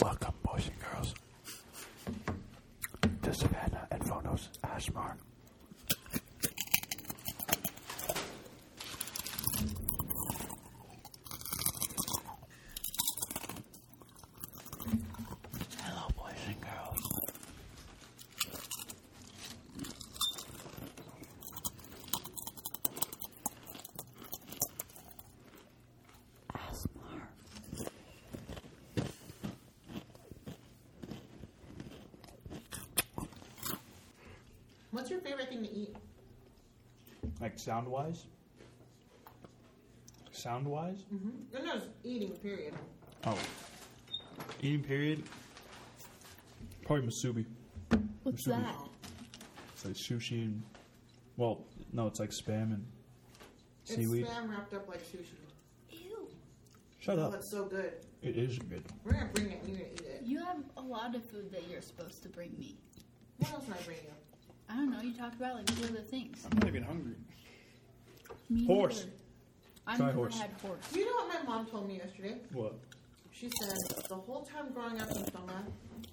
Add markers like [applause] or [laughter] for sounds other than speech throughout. Welcome, boys and girls, to Savannah and Phonos Ashmar. Hello, boys and girls. Asmar. What's your favorite thing to eat? Like sound wise? Sound wise? No, no, it's Hmm? eating, period. Oh. Eating period? Probably masubi. What's Should we- that? It's like sushi and. Well, no, it's like spam and seaweed. It's spam wrapped up like sushi. Ew. Shut Oh, up. it's so good. It is good. We're gonna bring it. You're gonna eat it. You have a lot of food that you're supposed to bring me. What else am I bringing? I don't know. You talk about like two other things. I'm not even hungry. Me Horse. neither. I've Try never horse. had horse. Do you know what my mom told me yesterday? What? She said the whole time growing up in Tonga,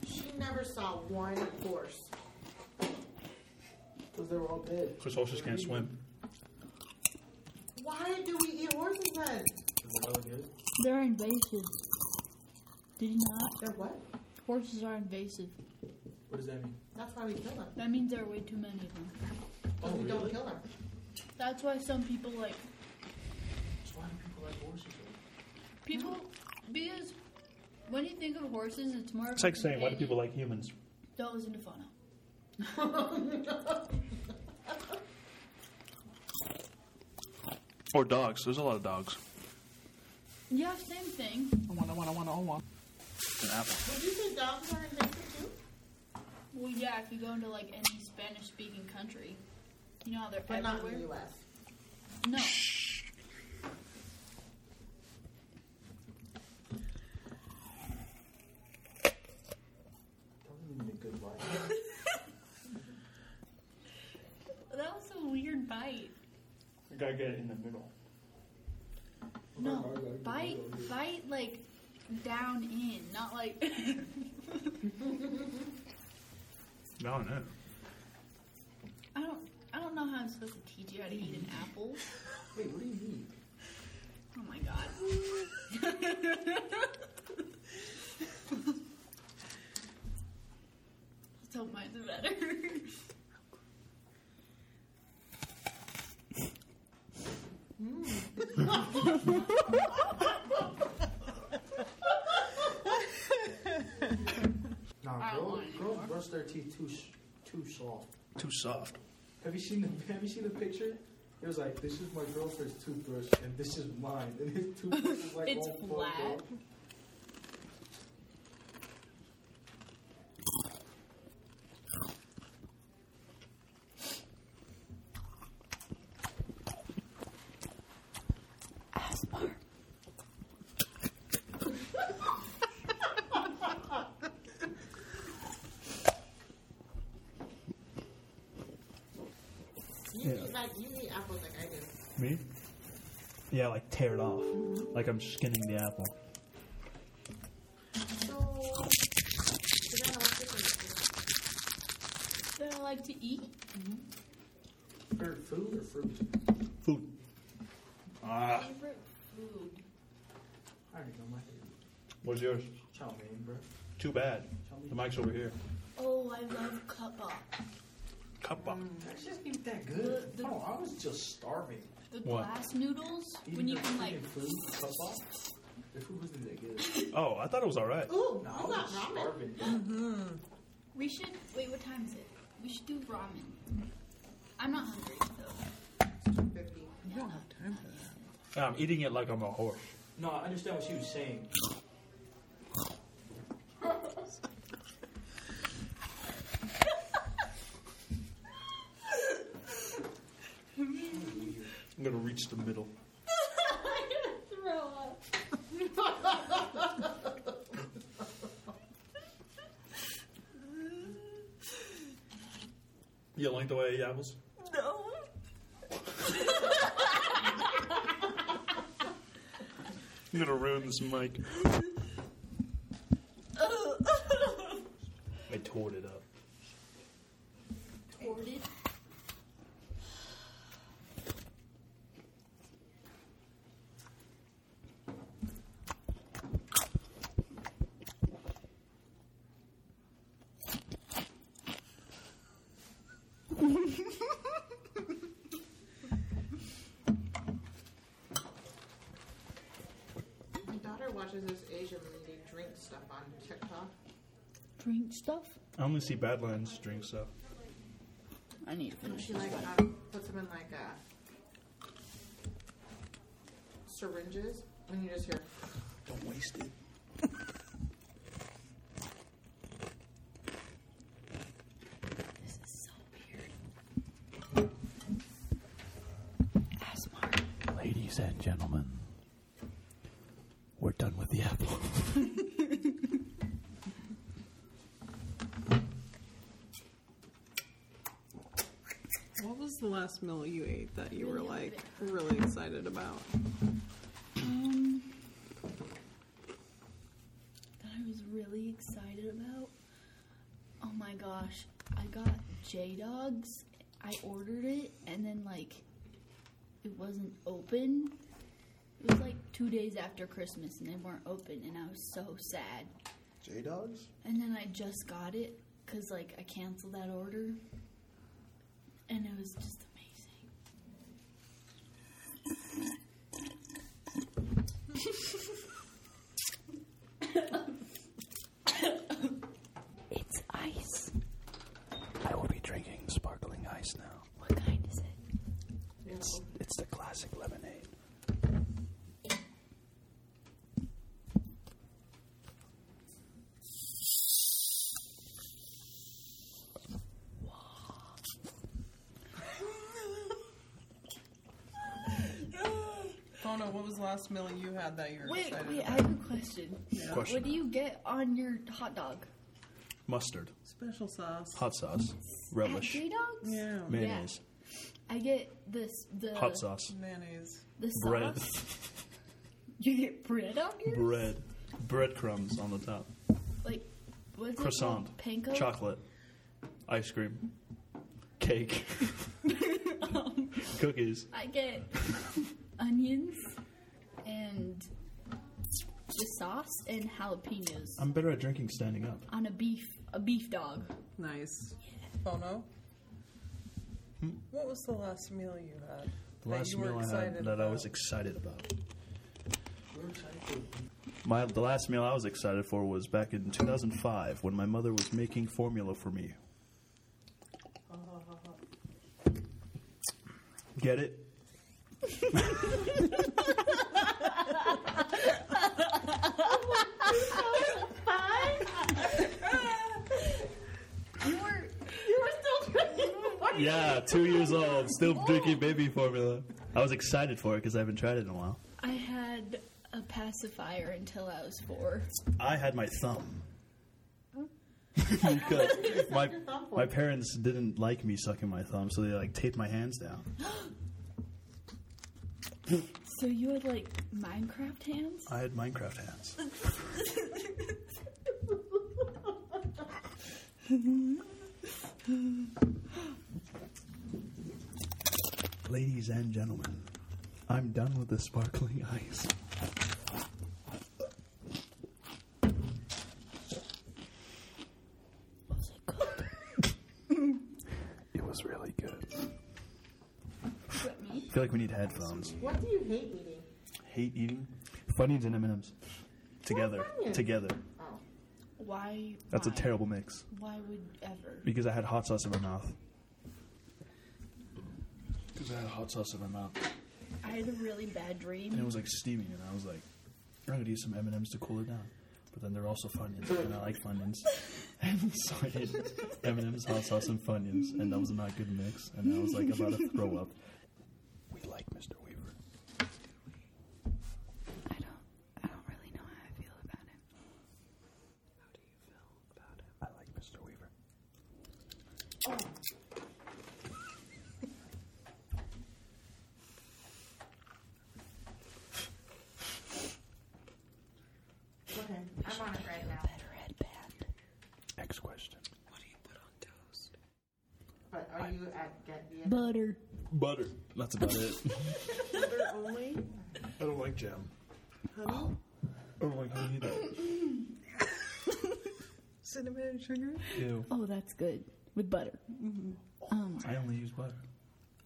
she never saw one horse. Because they were all dead. Because horses can't swim. Why do we eat horses then? They're invasive. Did you not? They're what? Horses are invasive. What does that mean? That's why we kill them. That means there are way too many of them. But Oh, we don't really? kill them. That's why some people like So why do people like horses? people because when you think of horses, it's more. of It's a like saying, why do people companion. like humans? That was in Fauna. Or dogs. There's a lot of dogs. Yeah, same thing. I want, I want, I want, I want. An apple. Would you say dogs are invasive too? Well, yeah, if you go into like any Spanish-speaking country, you know how they're But not in everywhere. the U.S. [laughs] No. That wasn't even a good line. That was a weird bite. You gotta get it in the middle. No, bite, bite like down in, not like. [laughs] No, no. I don't, I don't know how I'm supposed to teach you how to eat an apple. [laughs] Wait, what do you mean? Oh my god. [laughs] Let's hope mine's better. [laughs] Nah, I don't girls, want any girls brush their teeth too, sh- too soft. Too soft. Have you seen the [laughs] Have you seen the picture? It was like this is my girlfriend's toothbrush and this is mine, and his toothbrush is like It's all fucked flat. up. You Yeah. eat like you eat apples like I do. Me? Yeah, like tear it off. Like I'm skinning the apple. So, Savannah, what's your favorite thing? that I like to eat. Or food or fruit? Food. Ah. Favorite food. I already know my favorite. What's yours? Chow mein, bro. Too bad. The mic's over here. Oh, I love cuppa. Kappa. That shit ain't that good. The- the- no, I was just starving. The What? glass noodles. Even when you the can like, freaking food, cup off, the food wasn't that good. Oh, I thought it was alright. Ooh, No, I you got was ramen. starving. bro. we should wait. What time is it? We should do ramen. I'm not hungry though. Fifty. I'm eating it like I'm a horse. No, I understand what she was saying. I'm gonna reach the middle. I'm gonna throw up. You don't like the way I eat apples? No. I'm gonna ruin this mic. I tore it up. Hoarded. My daughter watches this Asian lady drink stuff on TikTok. Drink stuff? I only see Badlands drink stuff. I need to And finish she this like one. um, puts them in like uh, syringes, and you just hear. Don't waste it. This is so weird. ASMR. Ladies and gentlemen, we're done with the apple. What was the last meal you ate that you were like really excited about? Um, that I was really excited about. Oh my gosh, I got J Dogs. I ordered it and then like it wasn't open. It was like two days after Christmas and they weren't open, and I was so sad. J Dogs? And then I just got it because like I canceled that order, and it was just amazing. It's ice. I will be drinking sparkling ice now. What kind is it? It's, it's the classic lemonade. Mona, Oh, what was the last meal you had that you were Wait, excited wait, I about? have a question. Question. What do you get on your hot dog? Mustard, Special sauce. hot sauce, relish, J Dogs? Yeah. mayonnaise, I get this the hot sauce, Mayonnaise. the Bread. sauce. [laughs] You get bread on yours? Bread. Breadcrumbs on the top. Like what's Croissant. it called? Panko? Chocolate. Ice cream. [laughs] Cake. Cookies. I get [laughs] onions and the sauce and jalapenos I'm better at drinking standing up. on a beef a beef dog. Nice. Bono? What was the last meal you had? The that last you were meal I had excited that I was about? excited about. We're excited for it. My the last meal I was excited for was back in 2005 when my mother was making formula for me. Oh, Get it? You were Yeah, two years old, still drinking baby formula. I was excited for it because I haven't tried it in a while. I had a pacifier until I was four. I had my [laughs] thumb. Because my, my parents didn't like me sucking my thumb, so they like taped my hands down. So you had like Minecraft hands? I had Minecraft hands. Ladies and gentlemen, I'm done with the sparkling ice. It was really good. What me? I feel like we need headphones. What do you hate eating? Hate eating Funyuns and M&Ms together. Funyuns? Together. Oh, Why? That's a why? terrible mix Why would ever? because I had hot sauce in my mouth. Because I had hot sauce in my mouth. I had a really bad and it dream. was like steaming, and I was like, I'm gonna use some M and M's to cool it down. But then they're also Funyuns, and I like Funyuns, [laughs] and so I did M and M's, hot sauce, and Funyuns, and that was not a good mix. And I was like about to throw up. We like Mr. Weaver. I don't. I don't really know how I feel about it. I like Mr. Weaver. okay. I'm on it right now. Better head Next question. What do you put on toast? But are you at get the Butter. Butter. That's about it. Butter only? [laughs] I don't like jam. Honey? [gasps] I don't like honey either. Cinnamon and sugar? Ew. Oh, that's good with butter. Um, I only use butter.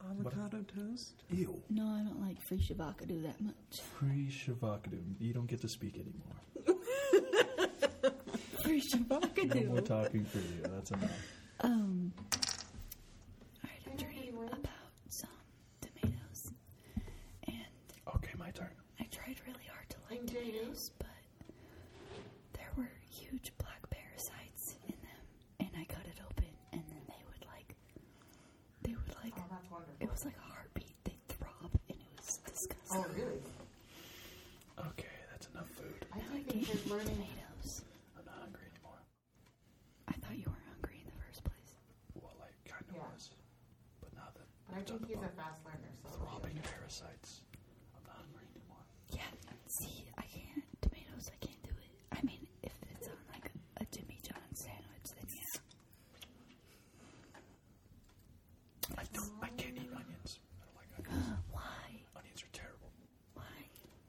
Avocado toast? Ew. no, I don't like free shabaka do that much. [laughs] Pre shavakadu. You don't get to speak anymore. Free shabaka No more do. talking for you. That's enough. Um, I had a dream about some tomatoes, and Okay, my turn. I tried really hard to like And Jane? tomatoes, but there were huge black parasites in them, and I cut it open, and then they would like, they would like, Oh, that's wonderful. it was like a heartbeat. They throb, and it was disgusting. Oh, really? Okay, that's enough food. I I think can't it's eat just learning. tomatoes. I'm not hungry anymore. I thought you were hungry in the first place. Well, I kind of Yeah. was. But now that But I it's on think the he's bone, a fast learner, so. throbbing parasites, I'm not hungry anymore. Yeah, see, I can't. Tomatoes, I can't do it. I mean, if it's on like a Jimmy John's sandwich, then yeah. I don't. I can't eat onions. I don't like onions. Why? onions are terrible. Why?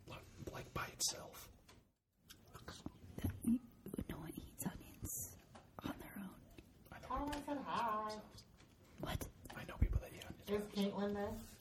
Like, like by itself. That, no one eats onions on their own. I know. Everyone said hi. themselves. What? I know people that eat onions. Is Caitlin there? Oh,